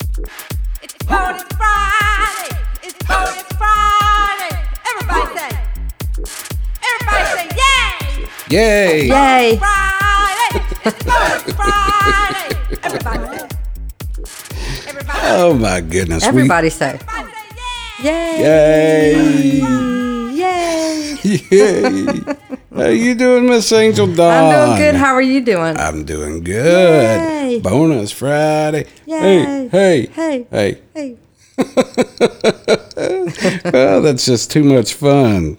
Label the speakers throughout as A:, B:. A: It's bonus Friday. It's bonus Friday. Everybody say. Everybody say yay.
B: Yay!
C: Yay!
A: Friday. It's bonus Friday. Everybody say. Everybody.
B: Oh my goodness.
C: Everybody say,
A: Everybody say yay.
B: We, yay!
C: yay! Yay!
B: Yay. How you doing, Miss Angel Dawn?
C: I'm doing good. How are you doing?
B: I'm doing good.
C: Yay.
B: Bonus Friday.
C: Yay.
B: Hey, hey,
C: Hey.
B: hey.
C: Hey.
B: Oh, that's just too much fun.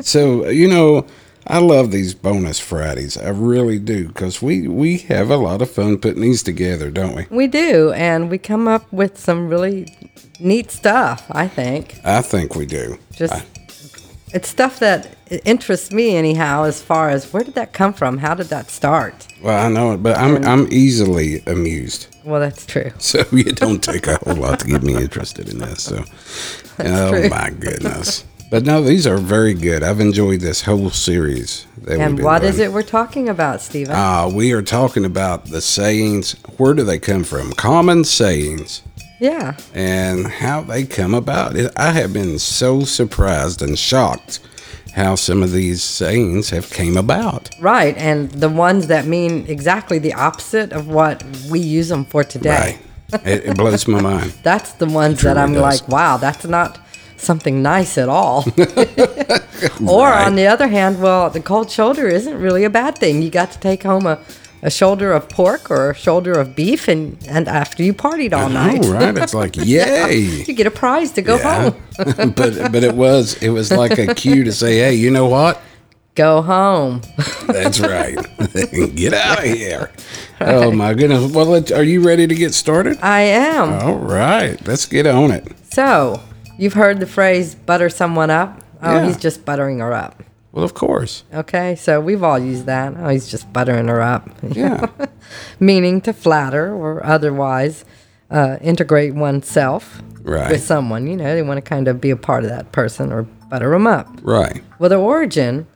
B: so, you know, I love these bonus Fridays. I really do because we, we have a lot of fun putting these together, don't we?
C: We do, and we come up with some really neat stuff, I think.
B: I think we do.
C: Just it's stuff that interests me anyhow as far as where did that come from? How did that start?
B: Well, I know it, but I'm, I'm easily amused.
C: Well, that's true.
B: So it don't take a whole lot to get me interested in this. So, oh
C: true.
B: my goodness! But no, these are very good. I've enjoyed this whole series. That we've
C: And
B: been
C: what is
B: doing.
C: it we're talking about, Stephen?
B: Uh, we are talking about the sayings. Where do they come from? Common sayings
C: yeah.
B: and how they come about. I have been so surprised and shocked how some of these sayings have came about.
C: Right, and the ones that mean exactly the opposite of what we use them for today.
B: Right? it, it blows my mind.
C: That's the ones that
B: truly
C: I'm
B: does.
C: like, wow, that's not something nice at all. or
B: Right.
C: on the other hand, well, the cold shoulder isn't really a bad thing. You got to take home a, a shoulder of pork or a shoulder of beef, and, and after you partied all night, Oh.
B: All Oh, right, it's like yay.
C: you get a prize to go
B: Yeah.
C: home.
B: but but it was it was like a cue to say, hey, you know what?
C: Go home.
B: That's right. get out of here. Oh my goodness. Well, let, are you ready to get started?
C: I am.
B: All right, let's get on it.
C: So, you've heard the phrase butter someone up. Oh,
B: Yeah.
C: he's just buttering her up.
B: Well, of course.
C: Okay, so we've all used that. Oh, he's just buttering her up.
B: Yeah.
C: Meaning to flatter or otherwise uh, integrate oneself
B: Right.
C: with someone. You know, they want to kind of be a part of that person or butter them up.
B: right.
C: Well, the origin,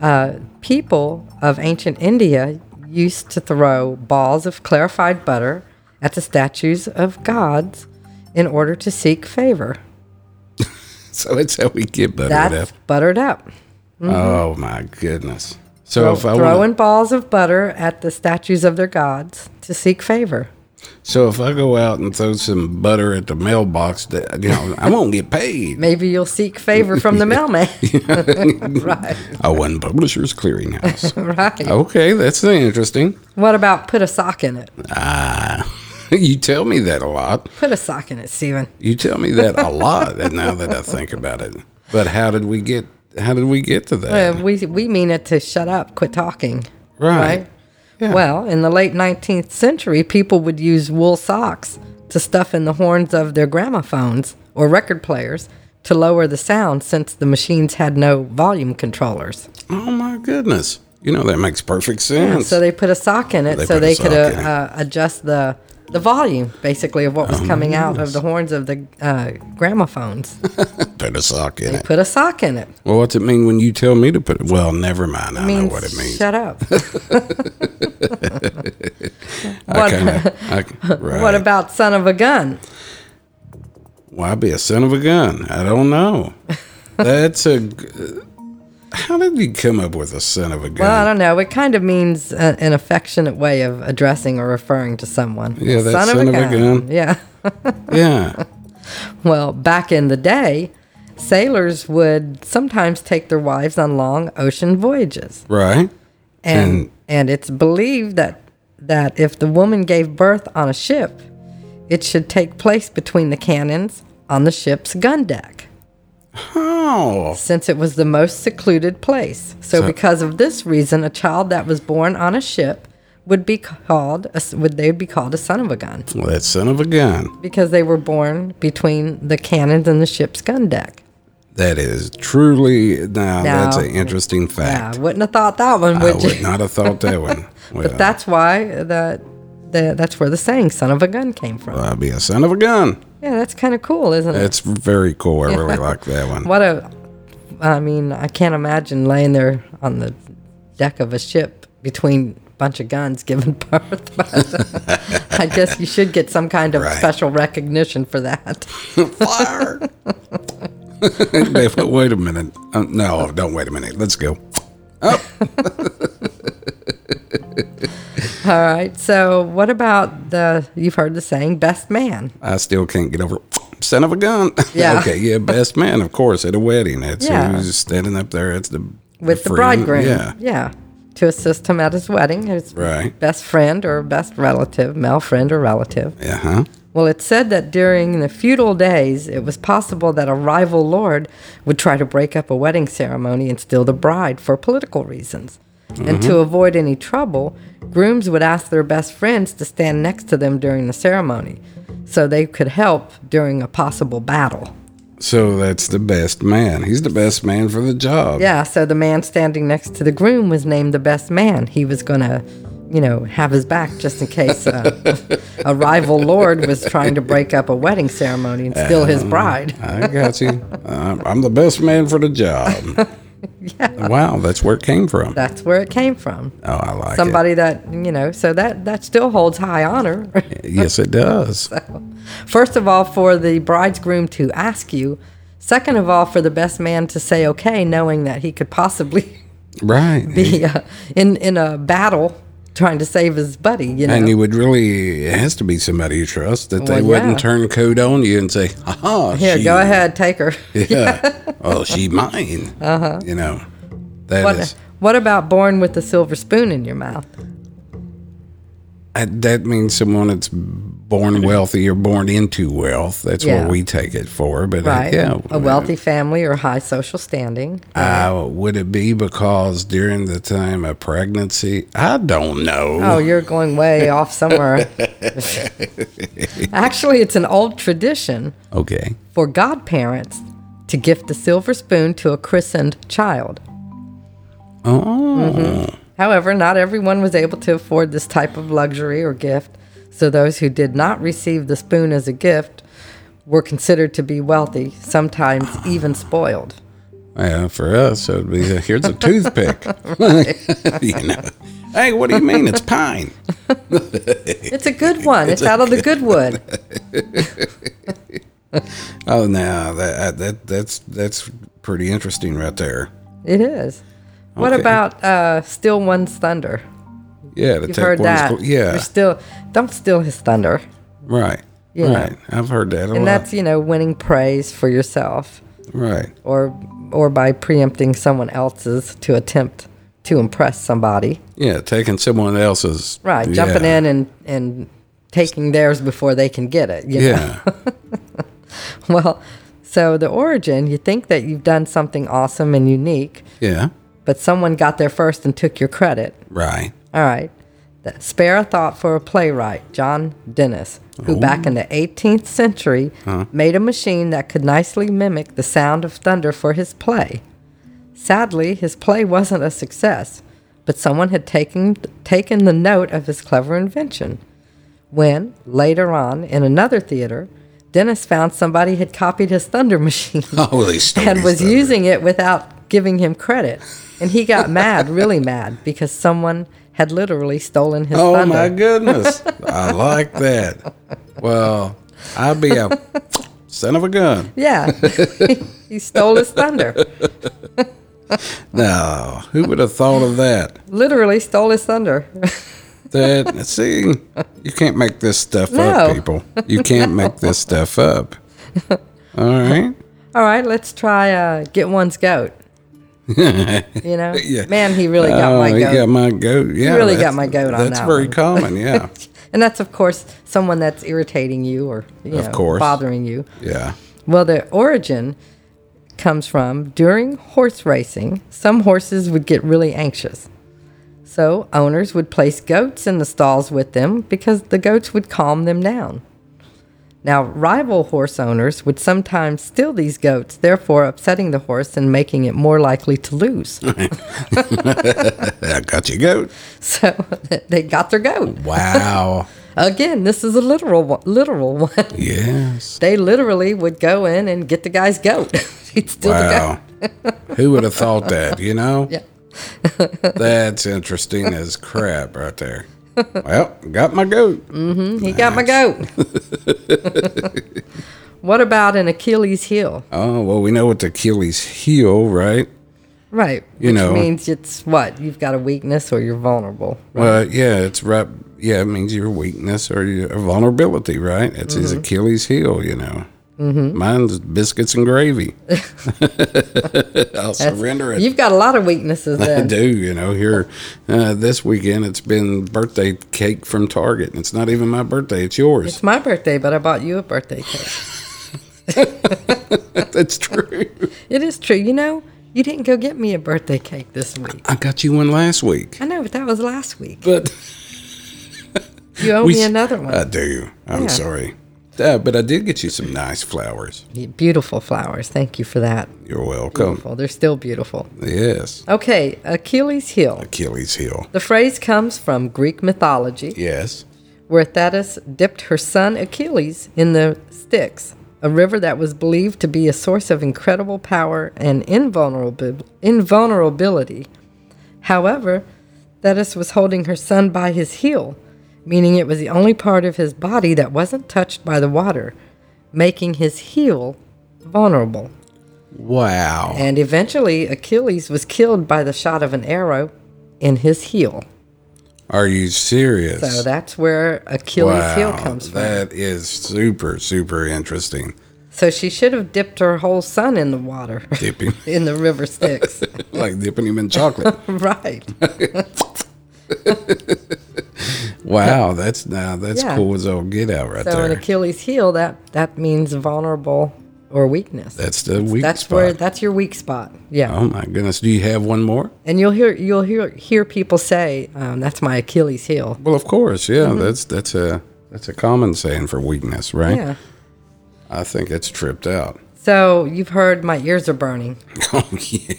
C: uh, people of ancient India used to throw balls of clarified butter at the statues of gods in order to seek favor.
B: So it's how we get buttered
C: That's
B: up.
C: buttered up.
B: Oh my goodness. So if I
C: throwing
B: want,
C: balls of butter at the statues of their gods to seek favor.
B: so if I go out and throw some butter at the mailbox, that you know, I won't get paid.
C: Maybe you'll seek favor from the mailman. right,
B: I won Publishers Clearinghouse.
C: right.
B: okay, that's interesting.
C: What about put a sock in it?
B: you tell me that a lot.
C: Put a sock in it, Stephen.
B: You tell me that a lot, and now that I think about it, but how did we get? How did we get to
C: Uh,
B: that?
C: we we mean it to shut up, quit talking.
B: Right. Yeah.
C: Well, in the late 19th century, people would use wool socks to stuff in the horns of their gramophones or record players to lower the sound since the machines had no volume controllers.
B: oh my goodness! You know that makes perfect sense.
C: So they put a sock in it
B: They put
C: so
B: a
C: they could
B: sock in it.
C: uh, uh, adjust the the volume basically of what was coming out of the horns of the uh, gramophones.
B: put a sock in it.
C: put a sock in it.
B: Well, what's it mean when you tell me to put? it? Well, never mind. I know
C: means
B: what it means.
C: Shut up.
B: I
C: what-
B: kinda, I, right.
C: What about son of a gun?
B: Why be a son of a gun? I don't know. That's a. g- How did you come up with a son of a gun?
C: Well, I don't know. It kind of means uh an affectionate way of addressing or referring to someone.
B: Yeah, that son of a gun.
C: Yeah.
B: yeah.
C: Well, back in the day, sailors would sometimes take their wives on long ocean voyages.
B: Right.
C: and and it's believed that that if the woman gave birth on a ship, it should take place between the cannons on the ship's gun deck,
B: Oh.
C: since it was the most secluded place. So,
B: So-
C: because of this reason, a child that was born on a ship would be called a s would they be called a son of a gun
B: Well, that son of a gun.
C: because they were born between the cannons and the ship's gun deck.
B: That is truly now. That's
C: Now-
B: an interesting
C: Yeah,
B: fact.
C: I wouldn't have thought that one,
B: I
C: would
B: would
C: you?
B: not have thought that one. Well,
C: But that's why that the, that's where the saying "son of a gun" came from.
B: I'd be a son of a gun.
C: Yeah, that's kind of cool, isn't it?
B: That's very cool. I really like that one.
C: What a, I mean, I can't imagine laying there on the deck of a ship between bunch of guns giving birth. But I guess you should get some kind of
B: Right.
C: special recognition for that.
B: Fire! Wait wait a minute. Uh, no, don't wait a minute. Let's go.
C: All right. So, what about the? You've heard the saying, "Best man."
B: I still can't get over son of a gun.
C: Yeah.
B: okay, yeah, best man, of course, at a wedding. It's
C: Yeah.
B: who's standing up there. It's the
C: with the,
B: friend.
C: bridegroom.
B: Yeah.
C: To assist him at his wedding, his
B: Right.
C: best friend or best relative, male friend or relative.
B: Uh huh.
C: Well, it's said that during the feudal days, it was possible that a rival lord would try to break up a wedding ceremony and steal the bride for political reasons. And to avoid any trouble, grooms would ask their best friends to stand next to them during the ceremony so they could help during a possible battle.
B: So that's the best man. He's the best man for the job.
C: Yeah, so the man standing next to the groom was named the best man. He was going to, you know, have his back just in case uh, a rival lord was trying to break up a wedding ceremony and steal
B: Um,
C: his bride.
B: I got you. I'm, I'm the best man for the job. Wow, that's where it came from.
C: That's where it came from.
B: oh, I like it.
C: Somebody that, you know, so that that still holds high honor.
B: Yes, it does.
C: First of all, for the bride's groom to ask you. Second of all, for the best man to say okay, knowing that he could possibly
B: Right.
C: be uh, in in a battle trying to save his buddy. You know,
B: and you would really, it has to be somebody you trust that they
C: Well, yeah.
B: wouldn't turn code on you and say, ha ha.
C: here,
B: she-
C: go ahead, take her.
B: Yeah. oh, she mine. Uh huh. You know, that is.
C: Uh-huh. What, what about born with a silver spoon in your mouth?
B: I, that means someone that's born wealthy or born into wealth. That's
C: Yeah.
B: what we take it for. But uh,
C: Right.
B: yeah,
C: A wealthy family or high social standing.
B: Uh, would it be because during the time of pregnancy? I don't know.
C: Oh, you're going way off somewhere. Actually, it's an old tradition
B: Okay.
C: for godparents to gift a silver spoon to a christened child.
B: Oh,
C: Mm-hmm. However, not everyone was able to afford this type of luxury or gift, so those who did not receive the spoon as a gift were considered to be wealthy, sometimes even spoiled.
B: yeah. For us, it would be uh, here's a toothpick. you know. Hey, what do you mean? It's pine.
C: It's a good one. It's, out of the good wood.
B: Oh no, that uh, that that's that's pretty interesting right there.
C: It is. What
B: Okay.
C: about uh, steal one's thunder?
B: Yeah, to
C: You've heard that.
B: yeah,
C: You're still don't steal his thunder,
B: right.
C: Yeah.
B: Right. I've heard that a lot.
C: and that's you know winning praise for yourself,
B: right.
C: or or by preempting someone else's to attempt to impress somebody.
B: Yeah, taking someone else's.
C: Right,
B: yeah.
C: jumping in and and taking theirs before they can get it. You Know?
B: Yeah.
C: Well, so the origin, you think that you've done something awesome and unique,
B: yeah.
C: but someone got there first and took your credit.
B: Right.
C: All right. The Spare a thought for a playwright, John Dennis, who back in the 18th century made a machine that could nicely mimic the sound of thunder for his play. Sadly, his play wasn't a success, but someone had taken, taken the note of his clever invention. When, later on, in another theater, Dennis found somebody had copied his thunder machine
B: Holy stories.
C: and was
B: though.
C: using it without giving him credit. And he got mad, really mad, because someone had literally stolen his
B: Oh
C: thunder.
B: my goodness. I like that. Well, I'd be a son of a gun.
C: Yeah. he stole his thunder.
B: No, who would have thought of that?
C: Literally stole his thunder.
B: That see, you can't make this stuff
C: No.
B: up, people. You can't make this stuff up. All right.
C: All right, let's try uh, get one's goat. you know?
B: Yeah.
C: Man, he really got
B: oh,
C: my
B: he
C: goat.
B: got my goat. Yeah,
C: really got
B: that's-
C: my goat on
B: That's
C: that
B: very
C: one.
B: common. Yeah,
C: and that's, of course, someone that's irritating you or, you
B: Of
C: know,
B: course.
C: bothering you.
B: yeah.
C: Well, the origin comes from during horse racing, some horses would get really anxious. So, owners would place goats in the stalls with them because the goats would calm them down. Now, rival horse owners would sometimes steal these goats, therefore upsetting the horse and making it more likely to lose.
B: I got your goat.
C: so, they got their goat.
B: Wow.
C: Again, this is a literal one, literal one.
B: yes.
C: They literally would go in and get the guy's goat. He'd steal the goat.
B: Wow. Who would have thought that? You know.
C: Yeah.
B: That's interesting as crap right there. Well, got my goat.
C: He got my goat. what about an Achilles heel?
B: Oh, well, we know it's Achilles' heel, right?
C: Right.
B: You
C: which
B: know.
C: means it's what? You've got a weakness or you're vulnerable.
B: Well, yeah, it's right. Yeah, it means your weakness or your vulnerability, right? It's his Achilles' heel, you know. Mm-hmm. Mine's biscuits and gravy. I'll surrender it.
C: You've got a lot of weaknesses
B: I
C: then.
B: do, you know. Here, uh, this weekend, it's been birthday cake from Target. and It's not even my birthday; it's yours.
C: It's my birthday, but I bought you a birthday cake.
B: That's true.
C: It is true. You know, you didn't go get me a birthday cake this week.
B: I got you one last week,
C: I know, but that was last week.
B: but
C: You owe me
B: s- uh,
C: another one.
B: I do. I'm
C: Yeah.
B: sorry, uh, but I did get you some nice flowers.
C: beautiful flowers. Thank you for that.
B: You're welcome.
C: Well, they're still beautiful.
B: Yes,
C: Okay, Achilles' heel.
B: Achilles' heel.
C: The phrase comes from Greek mythology,
B: Yes.
C: where Thetis dipped her son Achilles in the Styx, a river that was believed to be a source of incredible power and invulnerabil- invulnerability. However, Thetis was holding her son by his heel, meaning it was the only part of his body that wasn't touched by the water, making his heel vulnerable.
B: Wow.
C: And eventually, Achilles was killed by the shot of an arrow in his heel.
B: Are you serious?
C: So that's where Achilles' heel comes from.
B: That is super, super interesting.
C: So she should have dipped her whole son in the water,
B: Dipping,
C: in the river Styx.
B: like dipping him in chocolate.
C: right.
B: Wow, that's now that's
C: Yeah.
B: cool as old get out right
C: So an
B: there.
C: Achilles' heel that that means vulnerable or weakness.
B: That's the weak
C: that's
B: spot.
C: where that's your weak spot. Yeah.
B: oh my goodness, do you have one more?
C: And you'll hear you'll hear hear people say um, that's my Achilles' heel.
B: Well, of course, yeah. That's that's a that's a common saying for weakness, right?
C: Yeah.
B: I think it's tripped out.
C: So you've heard my ears are burning.
B: oh yeah,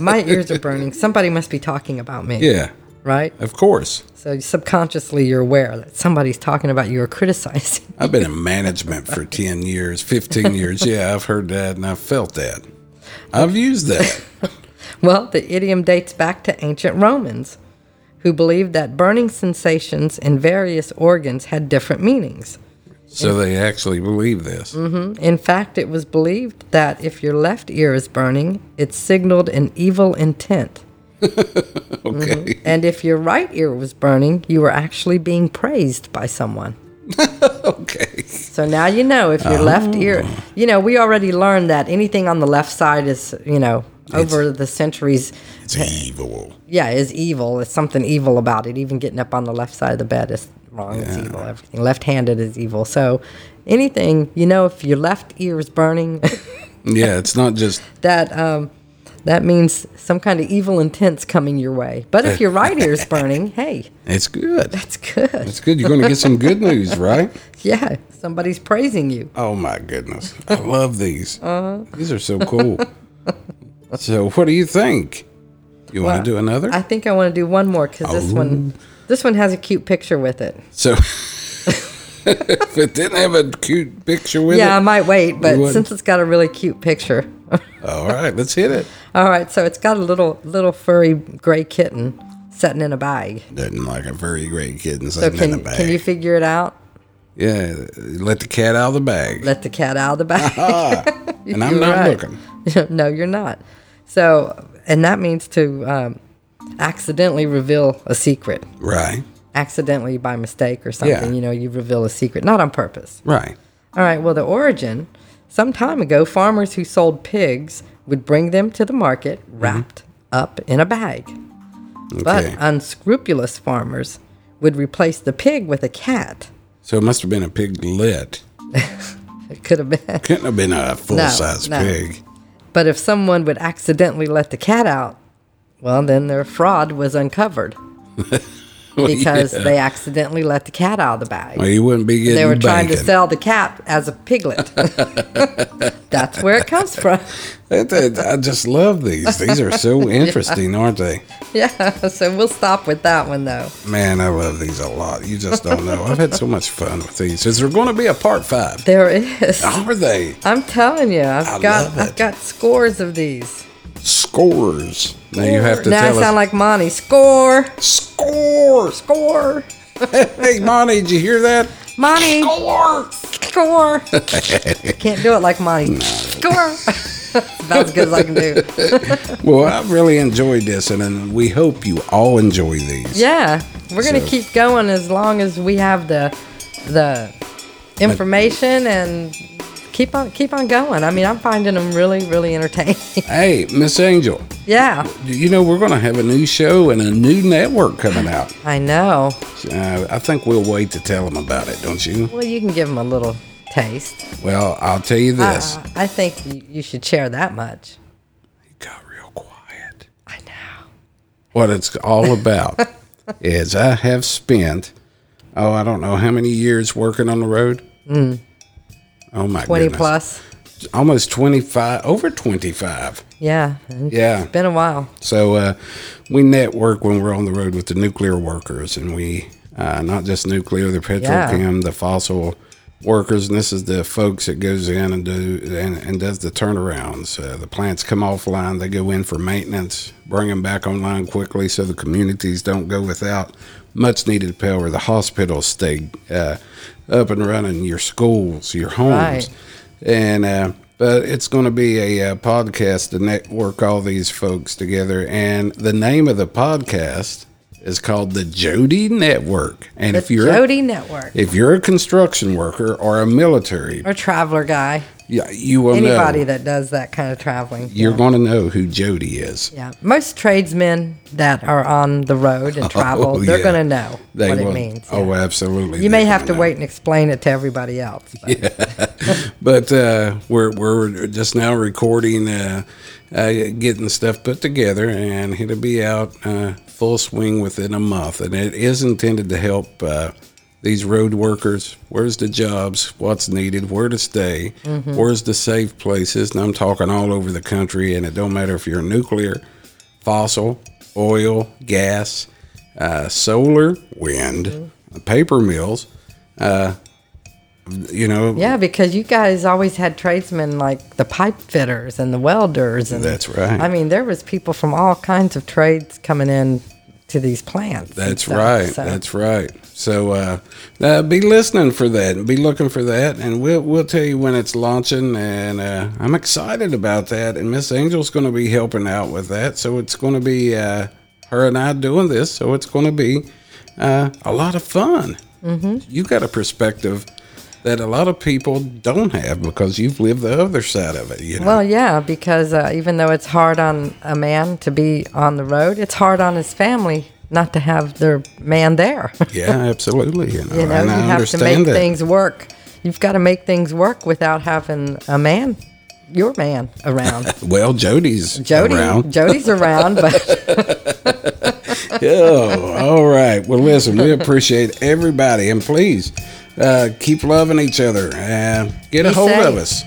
C: my ears are burning. Somebody must be talking about me.
B: yeah.
C: Right.
B: Of course,
C: So subconsciously you're aware that somebody's talking about you or criticizing.
B: I've been in management for ten years, fifteen years. Yeah, I've heard that and I've felt that. I've used that.
C: Well, the idiom dates back to ancient Romans, who believed that burning sensations in various organs had different meanings.
B: So they actually believe this.
C: In fact, it was believed that if your left ear is burning, it signaled an evil intent.
B: Okay.
C: And if your right ear was burning, you were actually being praised by someone.
B: Okay.
C: So now you know if your left ear, you know, we already learned that anything on the left side is, you know, over the centuries,
B: It's evil.
C: yeah, is evil. It's something evil about it. Even getting up on the left side of the bed is wrong. It's evil. Everything left-handed is evil. So anything, you know, if your left ear is burning,
B: Yeah, it's not just
C: that um, that means some kind of evil intent's coming your way. But if your right ear is burning, hey,
B: it's good.
C: that's good.
B: It's good. You're going to get some good news, right?
C: Yeah, somebody's praising you.
B: Oh my goodness. I love these.
C: Uh-huh.
B: These are so cool. So, what do you think? You want
C: Well,
B: to do another?
C: I think I want to do one more because this one this one has a cute picture with it.
B: so If it didn't have a cute picture with
C: Yeah, I
B: it.
C: might wait, but
B: wouldn't.
C: since it's got a really cute picture.
B: All right, let's hit it.
C: All right, so it's got a little little furry gray kitten sitting in a bag.
B: Nothing like a very great kitten
C: So
B: sitting
C: can
B: in a bag.
C: can you figure it out?
B: yeah, let the cat out of the bag. Ah,
C: Let the cat out of the bag.
B: and I'm
C: You're
B: not
C: right.
B: looking.
C: no, you're not. So, and that means to um, accidentally reveal a secret,
B: Right.
C: accidentally by mistake or something.
B: Yeah.
C: You know, you reveal a secret, not on purpose.
B: Right.
C: All right. Well, the origin. Some time ago, farmers who sold pigs would bring them to the market
B: Mm-hmm.
C: wrapped up in a bag. But
B: Okay.
C: unscrupulous farmers would replace the pig with a cat.
B: so it must have been a piglet.
C: It could have been.
B: Couldn't have been a full size
C: no.
B: pig.
C: But if someone would accidentally let the cat out, well, then their fraud was uncovered
B: Well,
C: because
B: Oh, yeah.
C: they accidentally let the cat out of the bag.
B: Well, you wouldn't be getting
C: they were trying to
B: bacon.
C: sell the cat as a piglet. That's where it comes from.
B: That- that- I just love these. These are so interesting, aren't they?
C: Yeah, so we'll stop with that one though.
B: Man, I love these a lot. You just don't know. I've had so much fun with these. Is there going to be a part five?
C: There it is.
B: Are they?
C: I'm telling you, I've
B: Ah. I
C: got
B: love
C: I've
B: it.
C: got scores of these.
B: Scores. Now you have to
C: now I
B: tell us.
C: sound like Monty. Score,
B: scores.
C: score,
B: Hey, Monty, did you hear that?
C: Monty,
B: Score.
C: score. Can't do it like Monty. Score. About as good as I can do.
B: Well, I really enjoyed this, and, and we hope you all enjoy these.
C: Yeah, we're gonna
B: So-
C: keep going as long as we have the the information and keep on keep on going. I mean, I'm finding them really really entertaining.
B: Hey, Miss Angel,
C: yeah,
B: you know we're going to have a new show and a new network coming out.
C: I know.
B: Uh, I think we'll wait to tell them about it, don't you?
C: Well, you can give them a little taste.
B: Well, I'll tell you this.
C: Uh, I think you, you should share that much.
B: It got real quiet.
C: I know.
B: What it's all about is I have spent, oh, I don't know how many years working on the road. Oh my
C: 20
B: goodness.
C: Hmm. plus.
B: Almost 25, over 25.
C: Yeah. and
B: Yeah.
C: Been a while.
B: So uh, we network when we're on the road with the nuclear workers, and we uh, not just nuclear, the petrochem, the fossil workers, and this is the folks that goes in and do and, and does the turnarounds. Uh, the plants come offline, they go in for maintenance, bring them back online quickly, so the communities don't go without much needed power. The hospitals stay uh, up and running, your schools, your homes
C: Right.
B: and uh, but it's going to be a, uh podcast to network all these folks together and the name of the podcast is called the jody network and if you're
C: Jody Network
B: if you're a construction worker or a military
C: or Traveler Guy.
B: yeah, you will
C: Anybody
B: know
C: that does that kind of traveling.
B: Oh, you're going to know who jody is
C: Yeah, most tradesmen that are on the road and travel, they're
B: Oh, yeah.
C: going to know
B: They
C: what
B: will-
C: it means. yeah.
B: oh absolutely
C: you may
B: they're
C: have
B: gonna
C: to
B: know.
C: wait and explain it to everybody else. but-
B: but uh, we're we're just now recording, uh, uh, getting stuff put together, and it'll be out uh, full swing within a month. And it is intended to help uh, these road workers. Where's the jobs? What's needed? Where to stay? Where's the safe places? And I'm talking all over the country. And it don't matter if you're nuclear, fossil, oil, gas, uh, solar, wind, paper mills. Uh, you know,
C: Yeah, because you guys always had tradesmen like the pipe fitters and the welders, and
B: That's right.
C: I mean, there was people from all kinds of trades coming in to these plants. and
B: That's
C: stuff,
B: right.
C: so-
B: That's right. So uh, uh, be listening for that and be looking for that, and we'll we'll tell you when it's launching. And uh, I'm excited about that. And Miss Angel's going to be helping out with that, so it's going to be uh, her and I doing this. So it's going to be uh, a lot of fun. Mm-hmm. You got a perspective that a lot of people don't have because you've lived the other side of it. You know,
C: Well, yeah, because uh, even though it's hard on a man to be on the road, it's hard on his family not to have their man there.
B: yeah, absolutely. You know,
C: you know,
B: and
C: you
B: I
C: have to
B: understand
C: make
B: that.
C: things work. You've got to make things work without having a man, your man, around.
B: Well, Jody's
C: Jody,
B: around.
C: Jody's around, but.
B: oh, all right. Well, listen, we appreciate everybody, and please uh, keep loving each other. Uh, get a
C: Be
B: hold
C: safe.
B: of us.